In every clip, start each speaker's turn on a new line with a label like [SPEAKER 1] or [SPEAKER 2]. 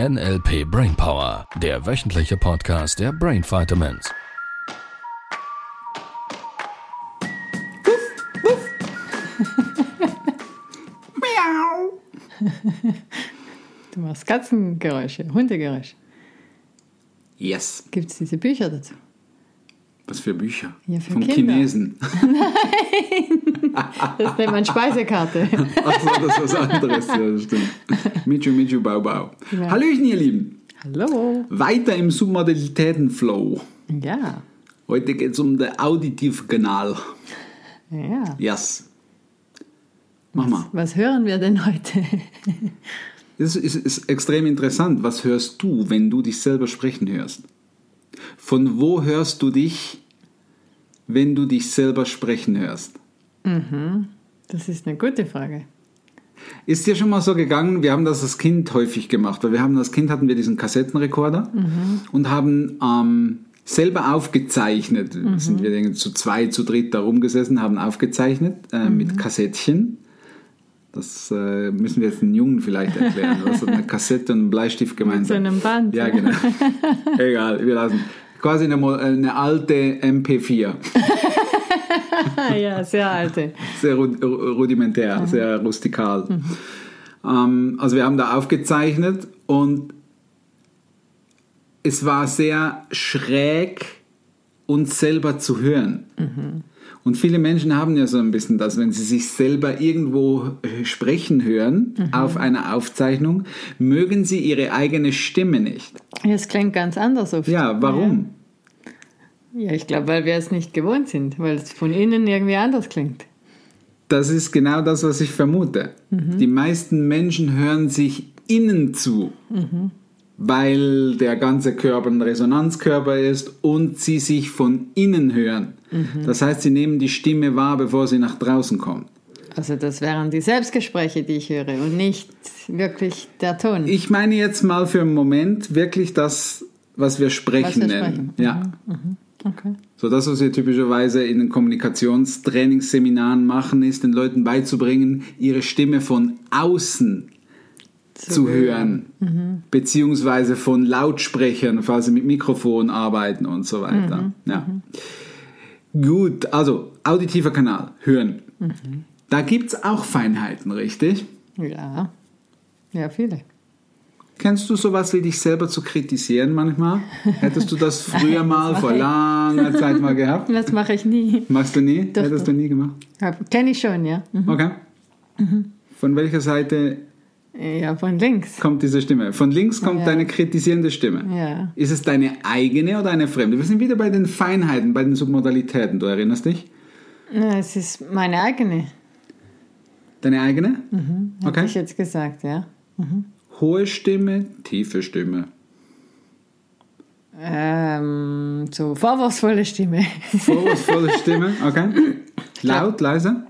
[SPEAKER 1] NLP Brainpower, der wöchentliche Podcast der Brain Vitamins.
[SPEAKER 2] Du machst Katzengeräusche, Hundegeräusche.
[SPEAKER 3] Yes.
[SPEAKER 2] Gibt es diese Bücher dazu?
[SPEAKER 3] Was für Bücher?
[SPEAKER 2] Ja, für
[SPEAKER 3] Vom
[SPEAKER 2] Kinder.
[SPEAKER 3] Chinesen.
[SPEAKER 2] Das nennt man Speisekarte.
[SPEAKER 3] Achso, das ist was anderes. Ja, das stimmt. Michu, Michu, Bau, Bau.
[SPEAKER 2] Ja.
[SPEAKER 3] Hallöchen, ihr Lieben.
[SPEAKER 2] Hallo.
[SPEAKER 3] Weiter im Submodalitätenflow.
[SPEAKER 2] Ja,
[SPEAKER 3] Heute geht es um den Auditivkanal.
[SPEAKER 2] ja.
[SPEAKER 3] Yes. Mach mal.
[SPEAKER 2] Was hören wir denn heute?
[SPEAKER 3] Das ist, ist extrem interessant. Was hörst du, wenn du dich selber sprechen hörst? Von wo hörst du dich, wenn du dich selber sprechen hörst?
[SPEAKER 2] Das ist eine gute Frage.
[SPEAKER 3] Ist dir schon mal so gegangen, wir haben das als Kind häufig gemacht, weil wir haben als Kind hatten wir diesen Kassettenrekorder
[SPEAKER 2] Mhm.
[SPEAKER 3] und haben ähm, selber aufgezeichnet,
[SPEAKER 2] Mhm.
[SPEAKER 3] sind wir irgendwie zu zwei, zu dritt da rumgesessen, haben aufgezeichnet äh,
[SPEAKER 2] Mhm.
[SPEAKER 3] mit Kassettchen. Das äh, müssen wir jetzt den Jungen vielleicht erklären, was hat eine Kassette und ein Bleistift gemeinsam.
[SPEAKER 2] einem Band,
[SPEAKER 3] Ja,
[SPEAKER 2] ja.
[SPEAKER 3] genau. Egal, wir lassen. Quasi eine, Mo- eine alte MP4.
[SPEAKER 2] Ah, ja, sehr alte.
[SPEAKER 3] sehr ru- ru- rudimentär, sehr rustikal. Ähm, also wir haben da aufgezeichnet und es war sehr schräg, uns selber zu hören. Und viele Menschen haben ja so ein bisschen das, wenn sie sich selber irgendwo äh, sprechen hören auf einer Aufzeichnung, mögen sie ihre eigene Stimme nicht.
[SPEAKER 2] Es klingt ganz anders oft.
[SPEAKER 3] Ja, warum?
[SPEAKER 2] Ja, ich glaube, weil wir es nicht gewohnt sind, weil es von innen irgendwie anders klingt.
[SPEAKER 3] Das ist genau das, was ich vermute.
[SPEAKER 2] Mhm.
[SPEAKER 3] Die meisten Menschen hören sich innen zu,
[SPEAKER 2] Mhm.
[SPEAKER 3] weil der ganze Körper ein Resonanzkörper ist und sie sich von innen hören.
[SPEAKER 2] Mhm.
[SPEAKER 3] Das heißt, sie nehmen die Stimme wahr, bevor sie nach draußen kommt.
[SPEAKER 2] Also das wären die Selbstgespräche, die ich höre und nicht wirklich der Ton.
[SPEAKER 3] Ich meine jetzt mal für einen Moment wirklich das, was wir sprechen
[SPEAKER 2] Was wir
[SPEAKER 3] nennen.
[SPEAKER 2] sprechen. Mhm.
[SPEAKER 3] Ja.
[SPEAKER 2] Okay.
[SPEAKER 3] So das, was wir typischerweise in den Kommunikationstrainingsseminaren machen, ist den Leuten beizubringen, ihre Stimme von außen zu hören, Mhm. beziehungsweise von Lautsprechern, falls sie mit Mikrofon arbeiten und so weiter. Ja. Gut, also auditiver Kanal, hören. Da gibt es auch Feinheiten, richtig?
[SPEAKER 2] Ja. Ja, viele.
[SPEAKER 3] Kennst du sowas wie dich selber zu kritisieren manchmal? Hättest du das früher mal, vor langer Zeit mal gehabt?
[SPEAKER 2] Das mache ich nie.
[SPEAKER 3] Machst du nie?
[SPEAKER 2] Doch,
[SPEAKER 3] Hättest
[SPEAKER 2] doch.
[SPEAKER 3] du nie gemacht?
[SPEAKER 2] Kenne ich schon, ja.
[SPEAKER 3] Okay. Von welcher Seite
[SPEAKER 2] Ja, von links.
[SPEAKER 3] kommt diese Stimme? Von links kommt
[SPEAKER 2] Ja.
[SPEAKER 3] deine kritisierende Stimme.
[SPEAKER 2] Ja.
[SPEAKER 3] Ist es deine eigene oder eine fremde? Wir sind wieder bei den Feinheiten, bei den Submodalitäten. Du erinnerst dich?
[SPEAKER 2] Ja, Es ist meine eigene,
[SPEAKER 3] Deine eigene?
[SPEAKER 2] hätte
[SPEAKER 3] Okay.
[SPEAKER 2] Mhm. ich jetzt gesagt, ja.
[SPEAKER 3] Hohe Stimme, tiefe Stimme.
[SPEAKER 2] Ähm, so vorwurfsvolle Stimme.
[SPEAKER 3] Vorwurfsvolle Stimme, okay. Laut, leise.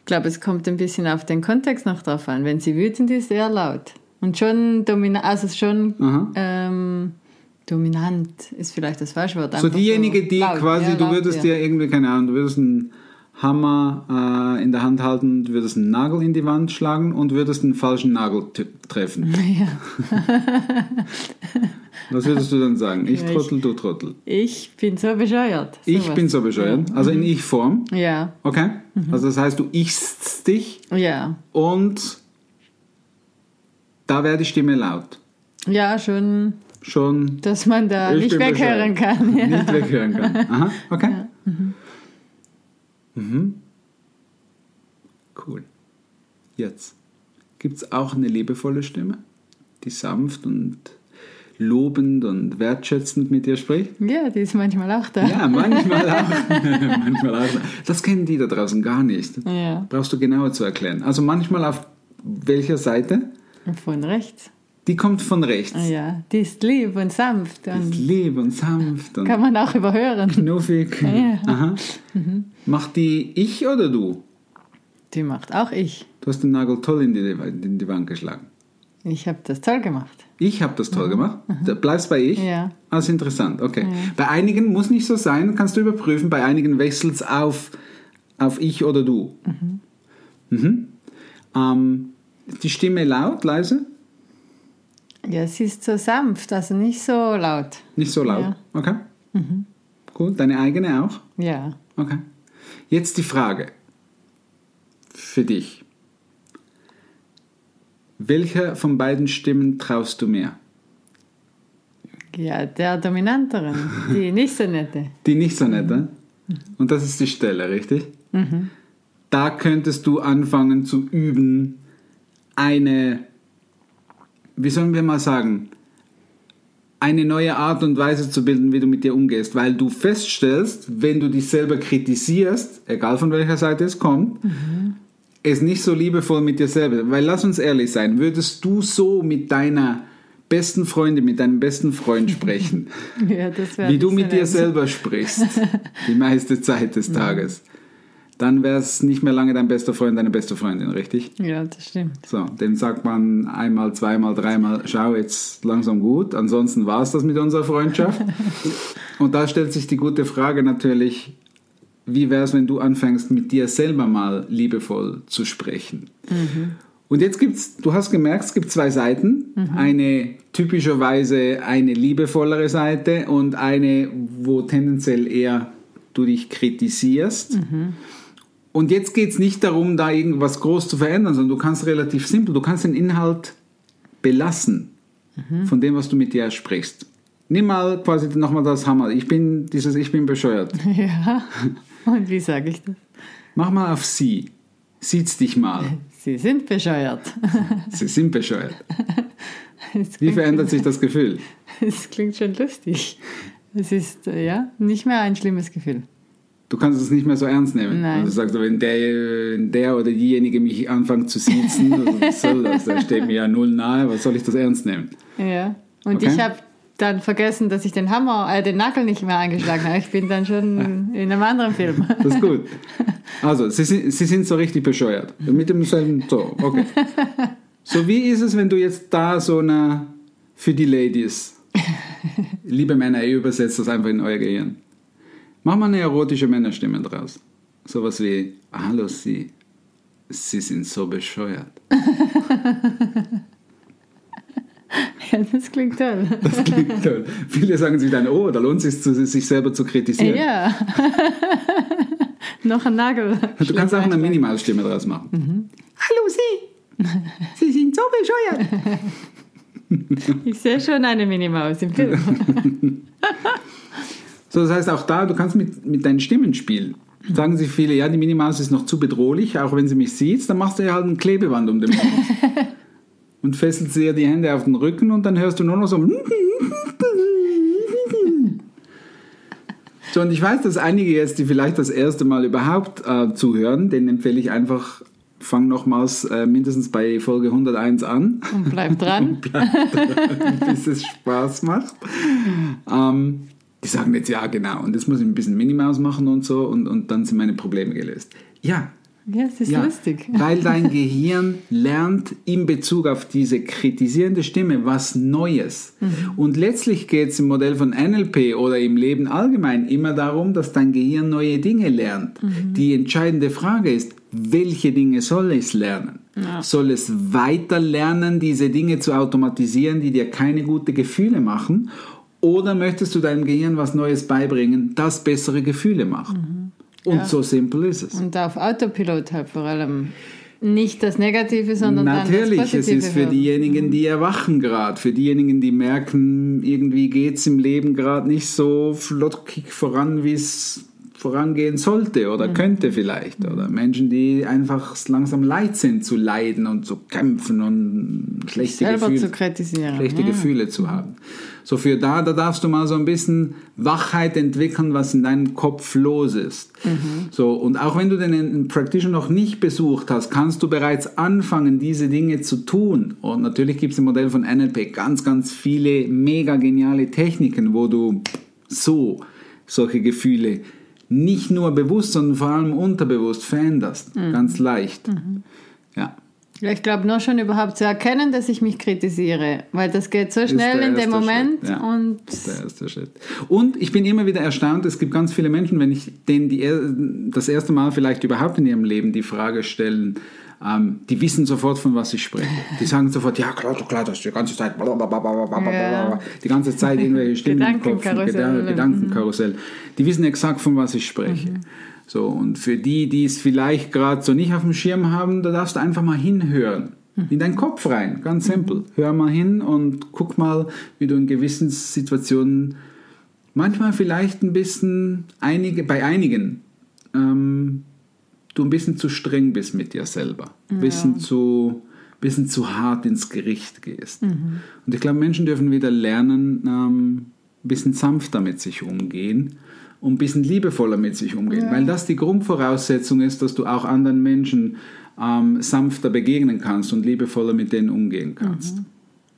[SPEAKER 2] Ich glaube, es kommt ein bisschen auf den Kontext noch drauf an. Wenn sie wütend ist, eher laut. Und schon dominant, also
[SPEAKER 3] Aha.
[SPEAKER 2] schon ähm, dominant ist vielleicht das falsche Wort.
[SPEAKER 3] So
[SPEAKER 2] einfach
[SPEAKER 3] diejenige, die
[SPEAKER 2] laut,
[SPEAKER 3] quasi,
[SPEAKER 2] ja,
[SPEAKER 3] du
[SPEAKER 2] laut,
[SPEAKER 3] würdest
[SPEAKER 2] ja.
[SPEAKER 3] dir irgendwie, keine Ahnung, du würdest einen Hammer äh, in der Hand halten, du würdest einen Nagel in die Wand schlagen und würdest einen falschen Nagel t- treffen.
[SPEAKER 2] Ja.
[SPEAKER 3] Was würdest du dann sagen? Ich
[SPEAKER 2] Ja, ich-
[SPEAKER 3] Trottel, du Trottel.
[SPEAKER 2] Ich bin so bescheuert.
[SPEAKER 3] Ich
[SPEAKER 2] sowas. Mhm.
[SPEAKER 3] bin so bescheuert. Also in Ich-Form.
[SPEAKER 2] Ja,
[SPEAKER 3] Okay? Also das heißt, du ichst dich
[SPEAKER 2] ja.
[SPEAKER 3] und da wäre die Stimme laut.
[SPEAKER 2] Ja, schon,
[SPEAKER 3] Schon
[SPEAKER 2] dass man da
[SPEAKER 3] Ich bin
[SPEAKER 2] nicht weghören
[SPEAKER 3] bescheuert.
[SPEAKER 2] kann. Ja.
[SPEAKER 3] nicht weghören kann. Aha, okay. mhm. Cool. Jetzt gibt es auch eine liebevolle Stimme, die sanft und lobend und wertschätzend mit dir spricht.
[SPEAKER 2] ja, die ist manchmal auch da.
[SPEAKER 3] Ja, manchmal auch. manchmal auch. Das kennen die da draußen gar nicht.
[SPEAKER 2] Ja.
[SPEAKER 3] Brauchst du genauer zu erklären. Also manchmal auf welcher Seite?
[SPEAKER 2] Von rechts.
[SPEAKER 3] Die kommt von rechts.
[SPEAKER 2] Ah Ja, die ist lieb und sanft
[SPEAKER 3] Ist
[SPEAKER 2] und
[SPEAKER 3] lieb und sanft und
[SPEAKER 2] kann man auch überhören.
[SPEAKER 3] knuffig.
[SPEAKER 2] Ja. Mhm.
[SPEAKER 3] Aha. Macht die ich oder du?
[SPEAKER 2] Die macht auch ich.
[SPEAKER 3] Du hast den Nagel toll in die, in die Wand geschlagen.
[SPEAKER 2] Ich habe das toll gemacht.
[SPEAKER 3] Ich habe das toll gemacht. Da bleibst bei ich.
[SPEAKER 2] Ja.
[SPEAKER 3] Ah, ist interessant. Okay. Bei einigen muss nicht so sein, kannst du überprüfen. Bei einigen wechselt's auf, auf ich oder du. Mhm. Ähm, die Stimme laut, leise?
[SPEAKER 2] Ja, sie ist so sanft, also nicht so laut.
[SPEAKER 3] Nicht so laut.
[SPEAKER 2] Ja. Mhm.
[SPEAKER 3] Okay. Gut, deine eigene auch?
[SPEAKER 2] Ja.
[SPEAKER 3] Okay. Jetzt die Frage für dich. Welcher von beiden Stimmen traust du mehr?
[SPEAKER 2] Ja, der Dominanteren, die nicht so nette.
[SPEAKER 3] Die nicht so nette. Und das ist die Stelle, richtig? Da könntest du anfangen zu üben, eine, wie sollen wir mal sagen, eine neue Art und Weise zu bilden, wie du mit dir umgehst, weil du feststellst, wenn du dich selber kritisierst, egal von welcher Seite es kommt, es nicht so liebevoll mit dir selber. Weil lass uns ehrlich sein, würdest du so mit deiner besten Freundin, mit deinem besten Freund sprechen?
[SPEAKER 2] Ja, das wär
[SPEAKER 3] wie du
[SPEAKER 2] ein Mhm.
[SPEAKER 3] mit
[SPEAKER 2] bisschen
[SPEAKER 3] dir selber sprichst, die meiste Zeit des Tages, dann wär's nicht mehr lange dein bester Freund, deine beste Freundin, richtig?
[SPEAKER 2] Ja, das stimmt.
[SPEAKER 3] So, dem sagt man einmal, zweimal, dreimal, schau jetzt langsam gut, ansonsten war's das mit unserer Freundschaft. Und da stellt sich die gute Frage natürlich, wie wär's, wenn du anfängst, mit dir selber mal liebevoll zu sprechen? Und jetzt gibt's, du hast gemerkt, es gibt zwei Seiten. Eine typischerweise eine liebevollere Seite und eine, wo tendenziell eher du dich kritisierst. Und jetzt geht's nicht darum, da irgendwas groß zu verändern, sondern du kannst relativ simpel, du kannst den Inhalt belassen von dem, was du mit dir sprichst. Nimm mal quasi nochmal das Hammer. Ich bin dieses Ich bin bescheuert.
[SPEAKER 2] Ja. Und wie sage ich das?
[SPEAKER 3] Mach mal auf sie. Sieht's dich mal.
[SPEAKER 2] Sie sind bescheuert.
[SPEAKER 3] Sie sind bescheuert.
[SPEAKER 2] Es
[SPEAKER 3] Wie
[SPEAKER 2] klingt,
[SPEAKER 3] verändert sich das Gefühl?
[SPEAKER 2] es klingt schon lustig. Es ist, äh, ja, nicht mehr ein schlimmes Gefühl.
[SPEAKER 3] Du kannst es nicht mehr so ernst nehmen.
[SPEAKER 2] Nein.
[SPEAKER 3] Also sagst du, wenn der, wenn der oder diejenige mich anfängt zu siezen, also was soll das? Der steht mir ja null nahe, was soll ich das ernst nehmen?
[SPEAKER 2] Ja. Und
[SPEAKER 3] Okay.
[SPEAKER 2] ich habe dann vergessen, dass ich den Hammer, äh, den Nagel nicht mehr angeschlagen habe. Ich bin dann schon in einem anderen Film.
[SPEAKER 3] Das ist gut. Also, sie sind, sie sind so richtig bescheuert. Mit demselben, so, okay. So, wie ist es, wenn du jetzt da so eine, für die Ladies, liebe Männer, ihr übersetzt das einfach in euer Gehirn. Mach mal eine erotische Männerstimme draus. Sowas wie, hallo sie, sie sind so bescheuert.
[SPEAKER 2] Ja, das klingt toll.
[SPEAKER 3] Das klingt toll. Viele sagen sich dann, oh, da lohnt es sich, zu- sich selber zu kritisieren.
[SPEAKER 2] Ja. Noch ein Nagel.
[SPEAKER 3] Du kannst auch eine Minimalstimme draus machen. Hallo sie, sie sind so bescheuert.
[SPEAKER 2] Ich sehe schon eine Minimaus im Film.
[SPEAKER 3] So, das heißt, auch da, du kannst mit, mit deinen Stimmen spielen. Sagen sich viele, ja, die Minimaus ist noch zu bedrohlich, auch wenn sie mich sieht, dann machst du ihr halt ein Klebeband um den Mund. und fesselst ihr die Hände auf den Rücken und dann hörst du nur noch so. so, und ich weiß, dass einige jetzt, die vielleicht das erste Mal überhaupt äh, zuhören, denen empfehle ich einfach, fang nochmals äh, mindestens bei Folge 101 an
[SPEAKER 2] Und bleib dran.
[SPEAKER 3] bis es Spaß macht. Ähm, die sagen jetzt, ja genau, und jetzt muss ich ein bisschen Minimaus machen und so und, und dann sind meine Probleme gelöst. Ja,
[SPEAKER 2] Ja, es ist
[SPEAKER 3] ja
[SPEAKER 2] lustig.
[SPEAKER 3] weil dein Gehirn lernt in Bezug auf diese kritisierende Stimme was Neues.
[SPEAKER 2] Mhm.
[SPEAKER 3] Und letztlich geht es im Modell von NLP oder im Leben allgemein immer darum, dass dein Gehirn neue Dinge lernt.
[SPEAKER 2] Mhm.
[SPEAKER 3] Die entscheidende Frage ist, welche Dinge soll es lernen? Soll es weiter lernen, diese Dinge zu automatisieren, die dir keine guten Gefühle machen? Oder möchtest du deinem Gehirn was Neues beibringen, das bessere Gefühle macht?
[SPEAKER 2] Mhm.
[SPEAKER 3] Und so simpel ist es.
[SPEAKER 2] Und auf Autopilot halt vor allem. Nicht das Negative, sondern
[SPEAKER 3] Natürlich,
[SPEAKER 2] dann das
[SPEAKER 3] es
[SPEAKER 2] Positive.
[SPEAKER 3] ist für
[SPEAKER 2] hören. Mhm.
[SPEAKER 3] diejenigen, die erwachen gerade, für diejenigen, die merken, irgendwie geht es im Leben gerade nicht so flottkig voran, wie es vorangehen sollte
[SPEAKER 2] Mhm.
[SPEAKER 3] oder könnte vielleicht. Oder Menschen, die einfach langsam leid sind zu leiden und zu kämpfen und schlechte
[SPEAKER 2] Selber
[SPEAKER 3] Gefühle
[SPEAKER 2] zu kritisieren.
[SPEAKER 3] schlechte Gefühle zu haben. So für da, da darfst du mal so ein bisschen Wachheit entwickeln, was in deinem Kopf los ist. So und auch wenn du den Practitioner noch nicht besucht hast, kannst du bereits anfangen, diese Dinge zu tun. Und natürlich gibt es im Modell von NLP ganz, ganz viele mega geniale Techniken, wo du so solche Gefühle nicht nur bewusst, sondern vor allem unterbewusst veränderst. Ganz leicht. Ja.
[SPEAKER 2] Ja, ich glaube nur schon überhaupt zu erkennen, dass ich mich kritisiere, weil das geht so schnell in dem Moment
[SPEAKER 3] Schritt, ja.
[SPEAKER 2] und
[SPEAKER 3] Das ist der erste Schritt. Und ich bin immer wieder erstaunt, es gibt ganz viele Menschen, wenn ich denen die, er- das erste Mal vielleicht überhaupt in ihrem Leben die Frage stellen, ähm, die wissen sofort, von was ich spreche. Die sagen sofort, ja klar, doch klar, das ist die ganze Zeit, blablabla,
[SPEAKER 2] Ja.
[SPEAKER 3] die ganze Zeit irgendwelche Stimmen im Kopf,
[SPEAKER 2] Gedankenkarussell.
[SPEAKER 3] Gedan- Gedankenkarussell. Die wissen exakt, von was ich spreche. So, und für die, die es vielleicht gerade so nicht auf dem Schirm haben, da darfst du einfach mal hinhören. In deinen Kopf rein, ganz simpel. Hör mal hin und guck mal, wie du in gewissen Situationen manchmal vielleicht ein bisschen, einige, bei einigen, ähm, du ein bisschen zu streng bist mit dir selber. Ein bisschen, zu, bisschen zu hart ins Gericht gehst. Und ich glaube, Menschen dürfen wieder lernen, ähm, ein bisschen sanfter mit sich umgehen und ein bisschen liebevoller mit sich umgehen. Weil das die Grundvoraussetzung ist, dass du auch anderen Menschen ähm, sanfter begegnen kannst und liebevoller mit denen umgehen kannst.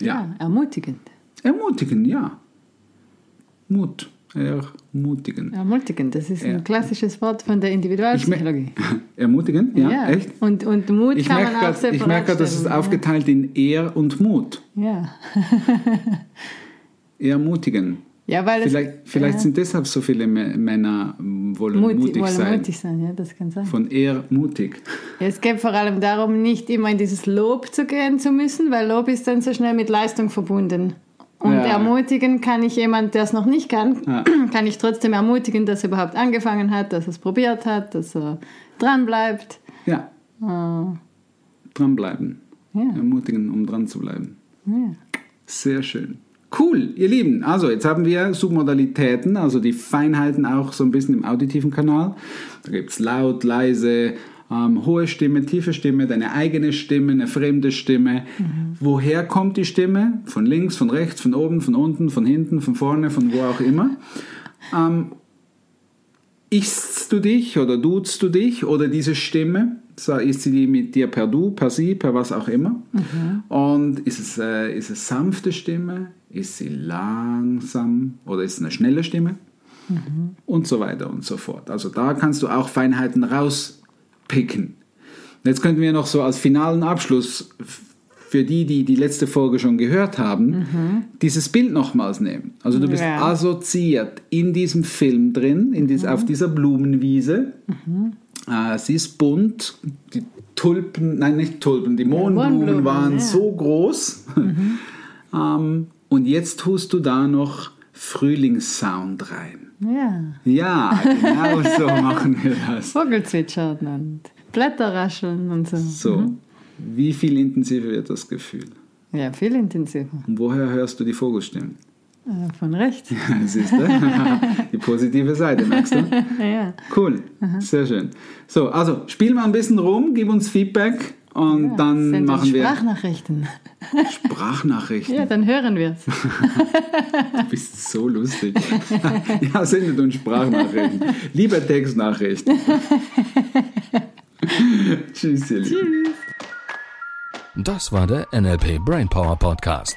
[SPEAKER 3] ja.
[SPEAKER 2] ja, Ah, ermutigend.
[SPEAKER 3] Ermutigen, ja. Mut. Ermutigen.
[SPEAKER 2] Ermutigend, das ist
[SPEAKER 3] Ja.
[SPEAKER 2] ein klassisches Wort von der
[SPEAKER 3] Ich me-
[SPEAKER 2] Individualpsychologie.
[SPEAKER 3] Ermutigen? Ja, echt?
[SPEAKER 2] Und, und Mut
[SPEAKER 3] Ich
[SPEAKER 2] kann
[SPEAKER 3] merke
[SPEAKER 2] man auch
[SPEAKER 3] gerade,
[SPEAKER 2] separat
[SPEAKER 3] ich merke grad, das ist
[SPEAKER 2] stellen.
[SPEAKER 3] aufgeteilt in Ehr und Mut.
[SPEAKER 2] Ja,
[SPEAKER 3] Ermutigen.
[SPEAKER 2] ja weil
[SPEAKER 3] Vielleicht,
[SPEAKER 2] es,
[SPEAKER 3] vielleicht
[SPEAKER 2] ja,
[SPEAKER 3] sind deshalb so viele Mä- Männer ähm, wollen
[SPEAKER 2] mutig,
[SPEAKER 3] mutig
[SPEAKER 2] wollen
[SPEAKER 3] sein.
[SPEAKER 2] mutig sein, ja, das kann sein.
[SPEAKER 3] Von eher mutig.
[SPEAKER 2] Ja, es geht vor allem darum, nicht immer in dieses Lob zu gehen zu müssen, weil Lob ist dann so schnell mit Leistung verbunden. Und
[SPEAKER 3] Ja.
[SPEAKER 2] ermutigen kann ich jemand, der es noch nicht kann,
[SPEAKER 3] Ja.
[SPEAKER 2] kann ich trotzdem ermutigen, dass er überhaupt angefangen hat, dass er es probiert hat, dass er dran bleibt.
[SPEAKER 3] Ja,
[SPEAKER 2] Ja.
[SPEAKER 3] dranbleiben. Ermutigen, um dran zu bleiben. Sehr schön. Cool, ihr Lieben. Also, jetzt haben wir Submodalitäten, also die Feinheiten auch so ein bisschen im auditiven Kanal. Da gibt es laut, leise, ähm, hohe Stimme, tiefe Stimme, deine eigene Stimme, eine fremde Stimme. Woher kommt die Stimme? Von links, von rechts, von oben, von unten, von hinten, von vorne, von wo auch immer. Ähm, ichst du dich oder duzt du dich oder diese Stimme? So, Ist sie die mit dir per du, per sie, per was auch immer? Und ist es, äh, ist es sanfte Stimme? Ist sie langsam oder ist es eine schnelle Stimme? Und so weiter und so fort. Also da kannst du auch Feinheiten rauspicken. Und Jetzt könnten wir noch so als finalen Abschluss f- für die, die die letzte Folge schon gehört haben, dieses Bild nochmals nehmen. Also du bist
[SPEAKER 2] Ja.
[SPEAKER 3] assoziiert in diesem Film drin, in dies, auf dieser Blumenwiese.
[SPEAKER 2] Mhm.
[SPEAKER 3] Äh, sie ist bunt. Die Tulpen, nein, nicht Tulpen, die Mohnblumen
[SPEAKER 2] Mohnblumen,
[SPEAKER 3] waren
[SPEAKER 2] ja. Mhm.
[SPEAKER 3] so groß. ähm, und jetzt tust du da noch Frühlingssound rein.
[SPEAKER 2] ja.
[SPEAKER 3] Ja, genau so machen wir das.
[SPEAKER 2] Vogelzwitschern und Blätterrascheln und so.
[SPEAKER 3] So, wie viel intensiver wird das Gefühl?
[SPEAKER 2] Ja, viel intensiver.
[SPEAKER 3] Und woher hörst du die Vogelstimmen?
[SPEAKER 2] Äh, Von rechts.
[SPEAKER 3] Siehst du? die positive Seite, merkst du?
[SPEAKER 2] ja.
[SPEAKER 3] Cool, sehr schön. So, also spiel mal ein bisschen rum, gib uns Feedback und dann
[SPEAKER 2] Send uns
[SPEAKER 3] machen wir
[SPEAKER 2] Sprachnachrichten.
[SPEAKER 3] Sprachnachrichten.
[SPEAKER 2] Ja, dann hören wir es.
[SPEAKER 3] Du bist so lustig. ja, sendet uns Sprachnachrichten. Lieber Textnachrichten. Tschüss, ihr Lieben.
[SPEAKER 1] Das war der NLP Brainpower Podcast.